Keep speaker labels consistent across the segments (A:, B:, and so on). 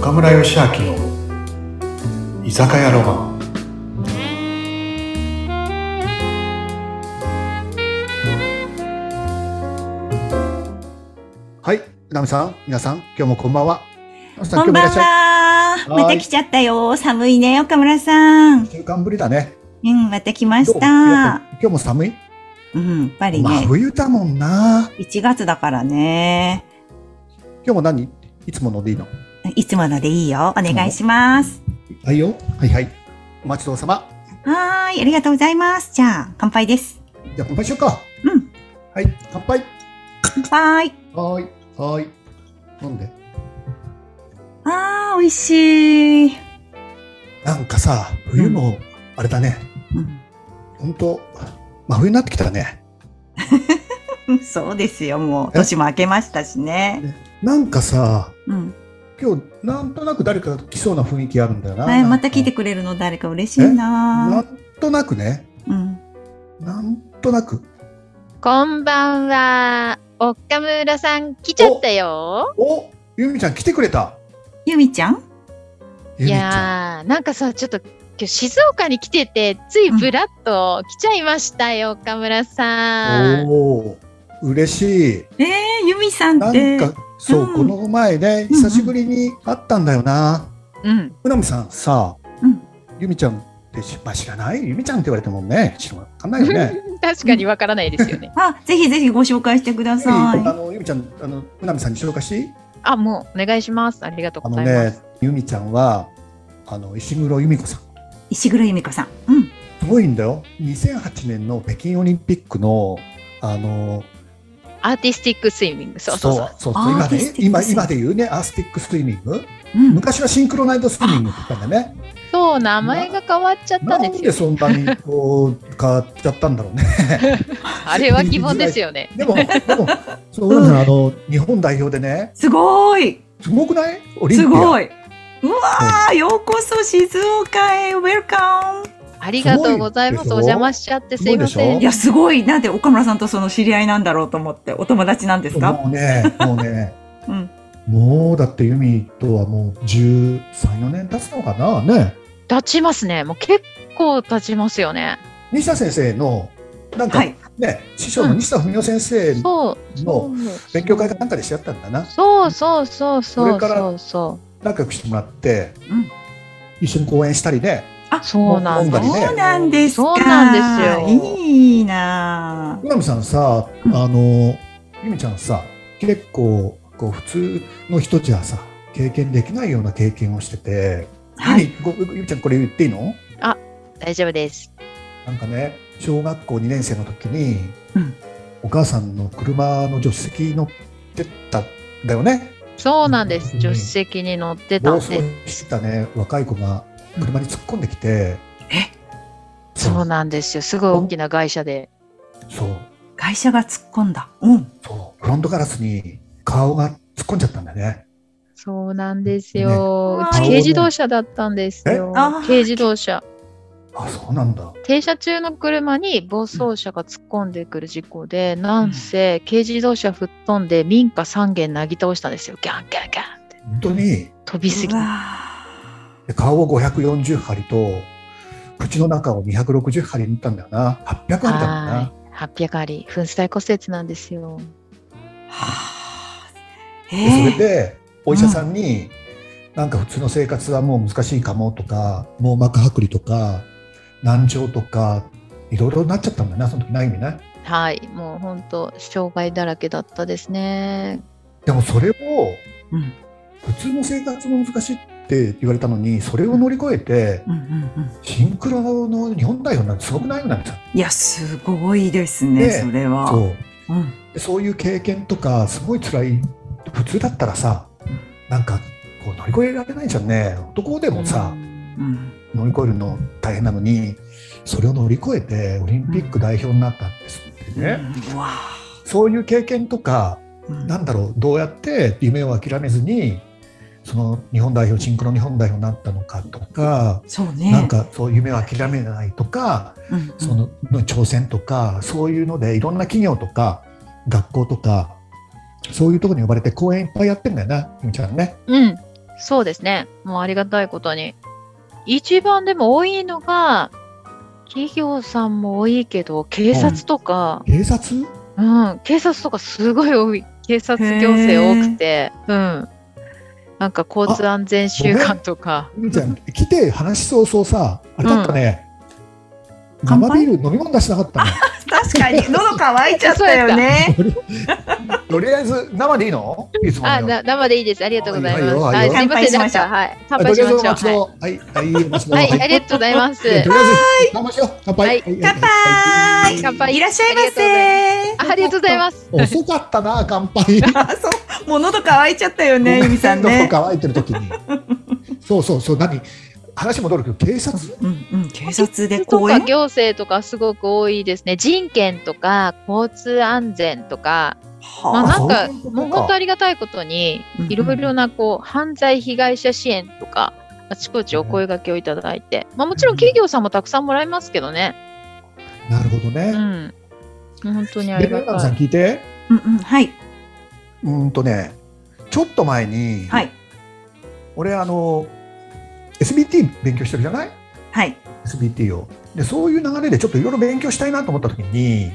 A: 岡村義明の居酒屋ロマンはいナミさん皆さん今日もこんばんはナミさ
B: こん
A: 今日もい
B: ば
A: ら
B: ん
A: っしゃい
B: は。
A: はい
B: また来ちゃったよ。寒いね、岡村さん。
A: 一週間ぶりだね
B: うん、また来ま
A: どう
B: し
A: やっ。
B: た
A: ぱ今日も寒い
B: うん、やっぱり
A: 真
B: ね、
A: 冬だもんな
B: 1月だからね。
A: 今日も何いつものでいいの
B: いつものでいいよ。お願いします。
A: はいよはいはいお待ちどうさま
B: はーい、ありがとうございます。じゃあ、乾杯です。
A: じゃあ乾杯しようか
B: うん
A: はい乾杯
B: 乾杯。
A: はーいはーい飲んで
B: あー、美味しい。
A: なんかさ冬もあれだね、本当真冬になってきたね
B: うん、そうですよ。もう、
A: え
B: 年も明けましたしね。
A: なんかさ
B: うん。
A: 今日なんとなく誰かが来そうな雰囲気あるんだよな、
B: え
A: なんか
B: また来てくれるの誰か嬉しい
A: な
B: なん
A: となくね
B: うん。
A: なんとなく
C: こんばんは。岡村さん来ちゃったよ。
A: おゆみちゃん来てくれた
B: ゆみちゃん
A: ゆみ
C: い
A: ちゃん
C: やー、なんかさ、ちょっと今日静岡に来てて、ついぶらっと来ちゃいましたよ、岡村さん。
A: おお嬉しい
B: えー、ゆみさん
A: な
B: っ
A: ん
B: て。
A: かそう、
B: うん
A: この前ね久しぶりに会ったんだよな
C: うん。
A: うなみさんさ
B: うん
A: ゆみちゃんってし、まあ、知らないゆみちゃんって言われてもね知らわかんないよ ね
C: 確かにわからないですよね。
B: あ、ぜひぜひご紹介してくださ
A: あ
B: い。
A: のゆみちゃんあのうなみさんに紹介していい
C: あ、もうお願いします。ありがとう
A: あ
C: ご
A: の
C: ざいま
A: ね
C: す。、
A: 由美ちゃんは、あの石黒由美子さん。
B: 石黒由美子さん。うん。
A: すごいんだよ。2008年の北京オリンピックの、あの、
C: アーティスティックスイミング。そうそうそう。
A: そう
B: ア
A: 今
B: ーティ
A: で
B: ス、ティッ
A: 今、
B: クスイミング
A: 今で言うね、アースティックスイミング。
B: うん。
A: 昔はシンクロナイトスイミングって言ったんだね。
C: そう、名前が変わっちゃった
A: なんん
C: ですよ
A: で。そんなに、こう、変わっちゃったんだろう ね。
C: あれは疑問ですよね。
A: でも、でも、そう、うなみさん、あの、日本代表でね、
B: すごい。
A: すごくない。オリン
B: す
A: ピア。
B: ごい。うわー、ようこそ静岡へ。ウェルカム。
C: ありがとうございます。
A: す
C: お
A: ごいでしょ
C: 邪魔しちゃってすいませ
A: すご
C: ん
B: い。や、すごい。なんで岡村さんとその知り合いなんだろうと思って。お友達なんですか
A: もうね、もうね。
B: うん。
A: もうだって由美とはもう13、4年経つのかなね。
C: 立ちますね。もう結構立ちますよね。
A: 西田先生のなんか
B: は
A: ね
B: い、
A: 師匠の西田文雄先生の
C: そう。
A: 勉強会かなんかでしちゃったんだな
C: そうそうそう
A: こ
C: そ
A: れ
C: う
A: から
C: そうそ
A: 仲良くしてもらって、
B: うん
A: 一緒に講演したりね
C: うそうなん
A: 飲
C: だ
A: んだりね
B: そうなんですか。
C: そうなんですよ
B: いいな
A: 宇波さんさあ
B: うん
A: の由美ちゃんさ結構こう普通の人じゃさ経験できないような経験をしてて、
B: ー。はい。
A: 由美ご由美ちゃんこれ言っていいの
C: 大丈夫です
A: なんかね小学校2年生の時に、
B: うん
A: お母さんの車の助手席乗ってったんだよね。
C: そうなんです
A: うん
C: 助手席に乗ってた
A: 暴
C: ん
A: 走
C: で
A: してたね若い子が車に突っ込んできて、
B: え
A: そう
C: そうなんですよすごい大きな会社で
A: そう
B: 会社が突っ込んだ。うん。
A: そうフロントガラスに顔が突っ込んじゃったんだね
C: そうなんですよ、
B: ね
C: うち軽自動車だったんですよ
B: えあー
C: 軽自動車
A: あそうなんだ
C: 停車中の車に暴走車が突っ込んでくる事故で、なんせ軽自動車吹っ飛んで民家3軒なぎ倒したんですよギャンギャンギャンって
A: 本当に
C: 飛びすぎ
B: うわ
A: で顔を540針と口の中を260針に打ったんだよな800針だもん
C: は
A: ない
C: 800あり粉砕骨折なんですよ
B: ーはー
A: でそ
B: え
A: れ
B: ー。
A: でお医者さんに、なんか普通の生活はもう難しいかもとか網膜剥離とか難聴とかいろいろなっちゃったんだなその時ない意味ない
C: はい、もう本当障害だらけだったですね。
A: でもそれを
B: うん。
A: 普通の生活も難しいって言われたのにそれを乗り越えて
B: うんうんうん。
A: シンクロの日本代表なんてすごくないよなんて
B: いや、すごいですね、
A: ね
B: それは。
A: そう
B: うん。
A: でそういう経験とかすごい辛い普通だったらさなんかこう乗り越えられないじゃんね男でもさ
C: う、ん
B: うん。
A: 乗り越えるの大変なのにそれを乗り越えてオリンピック代表になったんですってね、
B: うん。わ
A: そういう経験とか
B: ーうん
A: なんだろうどうやって夢を諦めずにその日本代表シンクロ日本代表になったのかとか
B: そうね。
A: なんかそう夢を諦めないとか、
B: うんうん、
A: そのの挑戦とかそういうのでいろんな企業とか学校とかそういうところに呼ばれて講演いっぱいやってんだよなゆみちゃんね。
C: うん、そうですね。もうありがたいことに。一番でも多いのが、企業さんも多いけど、警察とか、
A: 警察
C: うん、警察とかすごい多い。警察行政多くて、うん。なんか交通安全週間とか。
A: みーちゃん来て話しそうそうさあれだったね、
B: 乾杯
A: 生ビール飲み物出してなかったね
B: 確かに喉乾いちゃったよね。
A: とりあえず生でいいのいつもの
C: あ、
A: よ
C: な生でいいです。ありがとうございます。
A: はい
C: は
A: はい
C: い、
A: はい
C: す
B: 乾
C: いません、なん
B: 杯しましょう
C: か、はい、乾
A: はい
C: 杯
A: と
C: し
A: りあ
C: ま
A: えずお待ちのはいはいお待ち
C: しょう。
A: の
C: はい、
A: はい
C: はいありがとうござ います。
A: とりあえず乾杯しよう乾杯、
C: は
A: は
C: い
A: い
B: 乾杯
C: 乾杯
B: いらっしゃいませ。
C: あありがとうございます。
A: 遅かったな乾杯
B: あ、そう、もう喉乾いちゃったよね、ゆみさん
A: 喉
B: ね。
A: 乾いてる時にそうそうそう何話戻るけど警察
B: うんうん、警察で
C: と
B: 公
C: か
B: 園。
C: 行政とかすごく多いですね。人権とか交通安全とか、まあ
B: はあ、
C: なんか
A: そういうことか
C: もう本当ありがたいことに
B: うんうん
C: いろいろなこう犯罪被害者支援とかあちこちお声掛けをいただいて、まあもちろん企業さんもたくさんもらいますけどね。
A: なるほど
C: う
A: ね、
C: ん、本当にあ
A: で
C: りが
A: 村上さ
C: た
A: ん
C: い。
A: 聞いて
B: うんうん、はい、
A: うーんとねちょっと前に、
B: はい、
A: 俺あの SBT 勉強してるじゃない
B: はい。
A: SBT をでそういう流れでちょっといろいろ勉強したいなと思った時に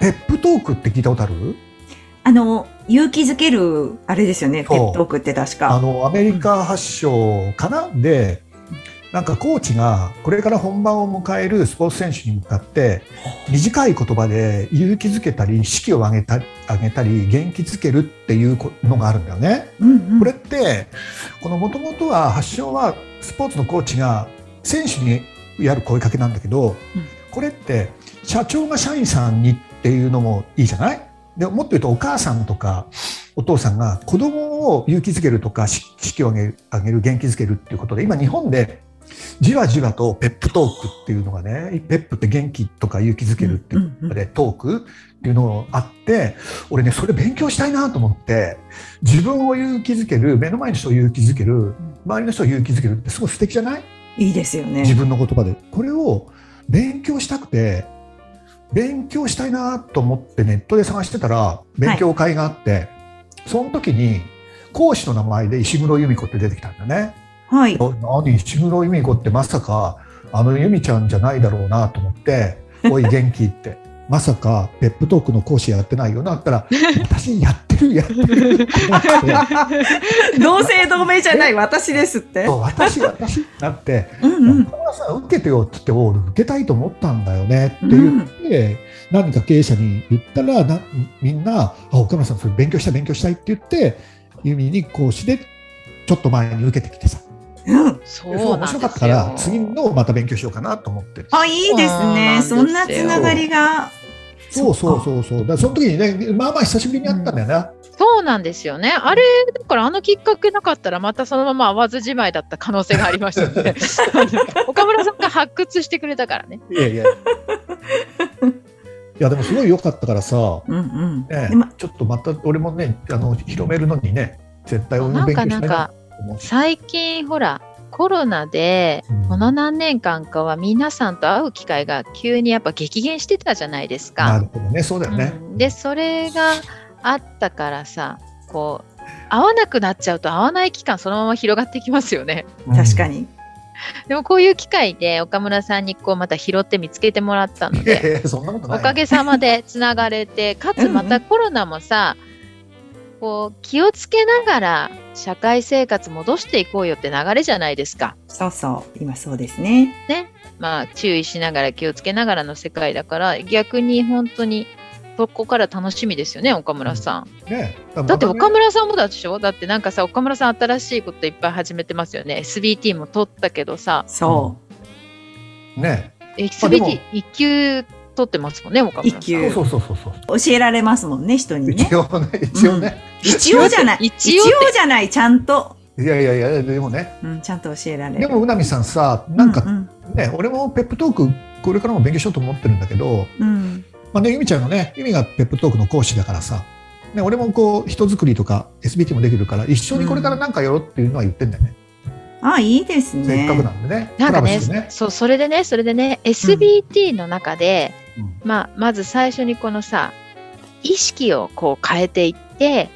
A: ペップトークって聞いたことある
B: あの、勇気づける、あれですよね、
A: そ
B: ペ
A: う
B: ットークって確
A: あ
B: か。
A: のアメリカ発祥かなでなんかコーチがこれから本番を迎えるスポーツ選手に向かって短い言葉で勇気づけたり士気を上げた上げたり元気づけるっていうこのがあるんだよね。
B: うんうん
A: これってこのもともとは発祥はスポーツのコーチが選手にやる声かけなんだけど、
B: うん
A: これって社長が社員さんにっていうのもいいじゃないでもっと言うとお母さんとかお父さんが子供を勇気づけるとかし士気を上げる上げる元気づけるっていうことで今日本でじわじわとペップトークっていうのがねペップって元気とか勇気づけるっていう
B: うんうん
A: でトークっていうのがあって俺ねそれ勉強したいなと思って自分を勇気づける目の前の人を勇気づける周りの人を勇気づけるってすごい素敵じゃない
B: いいですよ
A: 自
B: ね。
A: 分の言葉でこれを勉強したくて勉強したいなと思ってネットで探してたら勉強会があって、その時に講師の名前で石黒由美子って出てきたんだね。
B: はい。
A: お何石黒由美子ってまさかあの由美ちゃんじゃないだろうなと思って 「おい元気」って「まさかペップトークの講師やってないよな」ったら「私やってるやってる」って思って
B: 同姓同名じゃない、私ですって。
A: そう私私」ってなって
B: うん
A: 「
B: うん。
A: 中村さん受けてよ」って言って「お俺受けたいと思ったんだよね」って言って、何か経営者に言ったらなみんな「あ岡村さんそれ勉強したい勉強したい」って言って由美に講師でちょっと前に受けてきてさ。
B: うん。
C: そ
A: でそう
C: う
A: 面
C: なん
A: 白
C: で
A: かった
C: す
A: から
C: よ。
A: 次のをまた勉強しようかなと思ってる
B: あ、いいですね。そ
C: そうんな
B: なん
C: です
B: つ
C: よ
B: ながりが。
A: そう
B: そ
A: そうう
B: か
A: そうそうだからその時にねまあまあ久しぶりに会ったんだよな、
C: そうなんですよね。あれ、だからあのきっかけなかったら、またそのまま会わずじまいだった可能性がありました ね。岡村さんが発掘してくれたからね。
A: いや いやいやでもすごい良かったからさ、
B: うんうん。
A: ね
B: でも、
A: ちょっとまた俺もねあの広めるのにね絶対俺
C: な
A: も
C: ん
A: 勉強
C: か
A: し
C: な
A: ない
C: ん
A: と
C: か、
A: 思うし
C: 最近ほら、コロナで
A: うん、
C: この何年間かは皆さんと会う機会が急にやっぱ激減してたじゃないです
A: な
C: か。
A: るほどねそうだよね
C: う、んで、それがあったからさ、こう、会わなくなっちゃうと会わない期間そのまま広がってきますよね。
B: 確か
A: に
B: に。
C: でもこういう機会で岡村さんにこうまた拾って見つけてもらったの
A: いや
C: で
A: いやそんなことない
C: おかげさまでつなが れてかつまたコロナもさこう気をつけながら社会生活戻していこうよって流れじゃないですか。
B: そうそう。今そうですね。
C: まあ注意しながら気をつけながらの世界だから逆に本当にそこから楽しみですよね岡村さん。
A: ね
C: だって岡
A: ま
C: 村さんもだでしょだってなんかさ岡村さん新しいこといっぱい始めてますよね SBT も取ったけどさ
B: そ
A: たねあでも
C: SBT 一級取ってますもんね岡村さん。
B: 一級
A: そうそうそうそう
B: う。教えられますもんね、人にね
A: 一。応ね一応ね、
B: 一応じ ゃない。
C: 一応って
B: じゃない、ちゃんと。
A: いやいやいやでもね
B: うん、ちゃんと教えられる。
A: でも、うなみさんさなんか
B: ううん
A: ね、俺もペップトークこれからも勉強しようと思ってるんだけど、
B: うん。
A: まあね、ゆみちゃんのねゆみがペップトークの講師だからさ、ね、俺もこう人づくりとか SBT もできるから一緒にこれからなんかやろうっていうのは言ってんだよね、
B: あ、いいですね。
A: せっかくなんでね
C: なんか
A: コラ
C: ね
A: ボして
C: そうそれでねそれでね SBT の中で、まあ、まず最初にこのさ意識をこう変えていって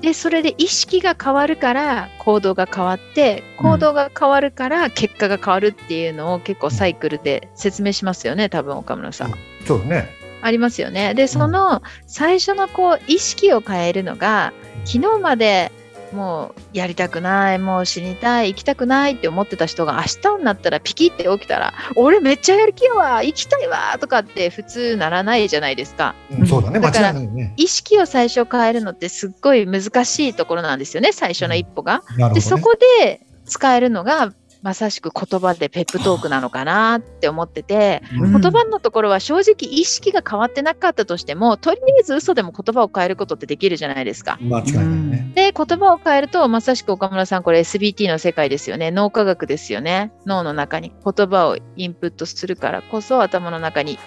C: でそれで意識が変わるから行動が変わって行動が変わるから結果が変わるっていうのを結構サイクルで説明しますよね多分岡村さん。
A: そうね。
C: ありますよね。でその最初のこう意識を変えるのが昨日までもうやりたくないもう死にたい行きたくないって思ってた人が明日になったらピキって起きたら俺めっちゃやる気やわ行きたいわとかって普通ならないじゃないですか。
A: うん、そうだね。間
C: だ
A: 違
C: から
A: いないよね。
C: 意識を最初変えるのってすっごい難しいところなんですよね最初の一歩が。
A: なるほど、ね。
C: でそこで使えるのがまさしく言葉でペップトークなのかなって思ってて
A: うん
C: 言葉のところは正直意識が変わってなかったとしてもとりあえず嘘でも言葉を変えることってできるじゃないですか。
A: 間違いないね。
C: で言葉を変えるとまさしく岡村さんこれ SBT の世界ですよね脳科学ですよね脳の中に言葉をインプットするからこそ頭の中に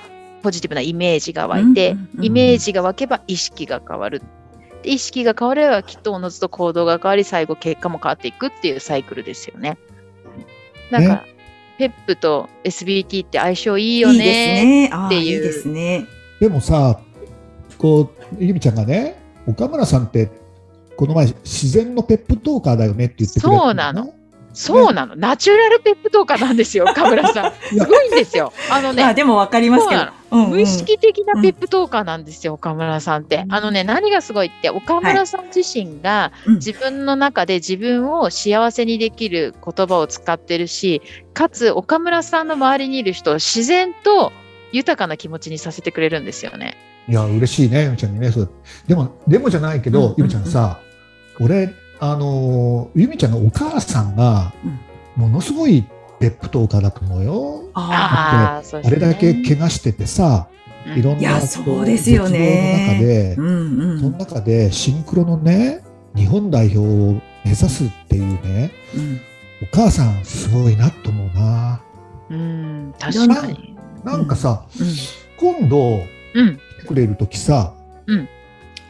C: ポジティブなイメージが湧いて
B: うんうんうん
C: イメージが湧けば意識が変わるで意識が変わればきっとおのずと行動が変わり最後結果も変わっていくっていうサイクルですよねなんかペップと SBT って相性いい
B: い
C: よ
B: い
C: ね
B: ですね。あ
C: って
B: ー
C: いう
B: いいですね。
A: でもさ、こうゆみちゃんがね、岡村さんってこの前自然のペップトーカーだよねって言ってくれた
C: そうなの。そうなの、ナチュラルペップトーカーなんです よ岡村さんすごいんですよあのね
B: あでもわかりますけ
C: そう
B: ど。うんうん
C: 無意識的なペップトーカーなんですよ、岡村さんって
B: う。ん
C: あのね、何がすごいって、岡村さん自身が
B: うん
C: 自分の中で自分を幸せにできる言葉を使ってるし、かつ岡村さんの周りにいる人を自然と豊かな気持ちにさせてくれるんですよね。
A: いや嬉しいね、ゆみちゃんにね。そうでもでもじゃないけど、
B: うん
A: ゆみちゃんさ、俺あのーゆみちゃんのお母さんが
B: うん
A: ものすごいペップトーカーだと思うよ。
B: あ
C: ああ、そう
A: あれだけ怪我しててさ、
C: うん
A: いろん
B: いや
A: なこ
B: そうですよね
A: 絶望の中で
B: ー、うんう
A: その
B: ん
A: 中でシンクロのね日本代表を目指すっていうね
B: うん。
A: お母さんすごいなと思うな
C: うん、確かに。
A: なんかさ、
B: うん
A: 今度
C: うん、
A: 来てくれる時さ、
C: うん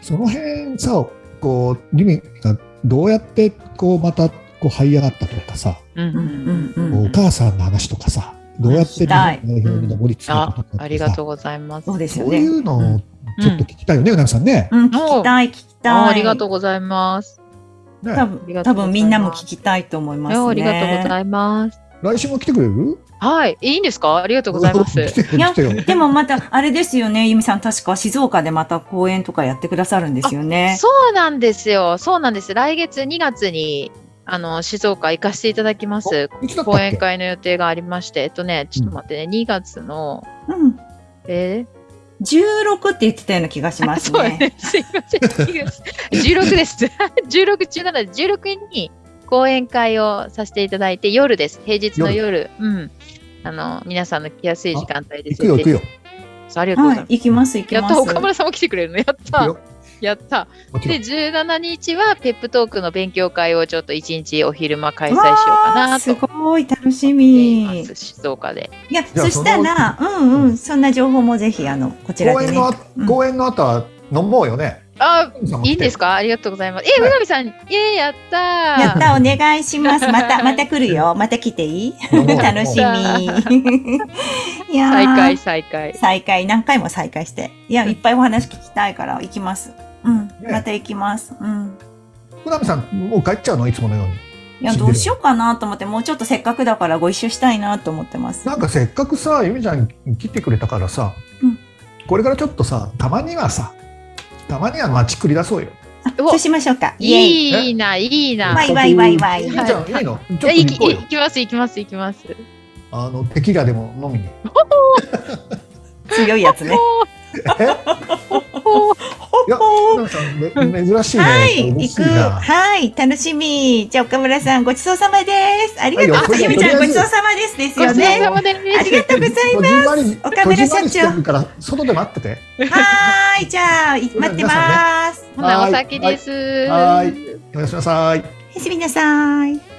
A: その辺さこうリミがどうやってこうまたこう這い上がったとかさ、
C: うん、うん、う
B: うん
A: こ
C: ん
A: う
C: う
A: お
C: ん。
A: 母さんの話とかさどうやって日本代表に上り詰めたと
C: あ
A: か、
C: ありがとうございます。
B: そうですよ
A: そうい
B: ね。
A: うのをちょっと聞きたいよね、うなぎさんね。
B: うん、聞きたい、聞きた
C: あ
B: い。
C: ありがとうございます。
A: ね
B: 多
C: あり
B: 分、
C: がと
B: 多
C: うございます
B: 分みんなも聞きたいと思いますね。
C: ありがとうございます。
A: 来週も来てくれる
C: はい、いいんですかありがとうございま
A: 来
C: す。
A: てよ来てよ
B: でもまた、あれですよね、ゆみさん、確か静岡でまた公演とかやってくださるんですよね。
C: そうなんですよ。そうなんです。来月2月にあの静岡行かせていただきます。
A: いつだったっ
C: 講
A: け
C: 演会の予定がありまして、えっとね、ちょっと待ってね、2月の、
B: うん。
C: え
B: 16って言ってたような気がし
C: ー、
B: ま
C: あ
B: す
C: そう
B: ね。
C: ね、すいません、2月16です。16、17、16に講演会をさせていただいて、夜です。平日の夜、うん。あの、皆さんの来やすい時間帯で
A: 行
C: す。
A: くよ行くよ。
C: そうありがとうご
B: は
C: ざい
B: い
C: ま、す。
B: 行きます、行き
C: やっ
B: ます。
C: た、岡村さんも来てくれるの。やっ
A: 行く
C: た
A: よ。
C: やった。
A: もちろ
C: で
A: ん。
C: 17日はペップトークの勉強会をちょっと一日お昼間開催しようか
B: わあ
C: なと
B: す
C: 思っ
B: ごい、楽して
C: い
B: み。
C: ま
B: い
C: す静岡で
B: や、
A: ゃあ
B: そしたら、うんうん、そんな情報もぜひ、あの、こちら
A: 公
B: で
A: 演
B: ね。
A: の
B: うん
A: 公演の後は飲もうよね。
C: あ
A: うん
C: いいんですかありがとうございますえ
A: は
C: 宇
A: い
C: 上さんイエーイやったー
B: やった、お願いします。また、また来るよ。また来て いい
A: 飲もう
B: 楽 しみ。いやー
C: 再開再開
B: 再開何回も再開していやいっぱいお話聞きたいから行きますうん、また行きますうん
A: 福並さんもう帰っちゃうのいつものように。
B: いやどうしようかなと思ってもうちょっとせっかくだからご一緒したいなと思ってます
A: なんかせっかくさゆみちゃん来てくれたからさ
B: うん、
A: これからちょっとさたまにはさたまには街繰り出そうよ。
B: あそうしましょうかイエイ
A: イ
C: いいないいな
B: わ
C: はい
B: わいわいわい
A: ゆみちゃんいいの。ちょっと
C: い
A: 行
C: き
A: こうよ
C: 行。きます行きます行きます
A: あのテキラでも飲みに。
B: 強いやつね
A: え？
C: おー
A: いや
B: ほ
A: 福並さんめ珍しいね。
B: はい
A: 嬉
B: 行
A: し
B: く
A: いな
B: はい楽しみじゃあ岡村さんごちそうさまですありがとう
A: はい
B: あ
A: よ
B: ゆみちゃん
A: と
B: ご
A: りあえず
B: ちそうさまですです
C: ご
B: よ
C: ちそう
B: ね
C: さまで
B: ありがとうござい
A: こ
B: ま
A: じんまりに
B: 岡村社長
A: こじんまりしてるから外で待ってて。
B: すはーいじゃあい待ってます
C: ほなお先です
A: はいおやすみなさい。
B: おやすみなさーい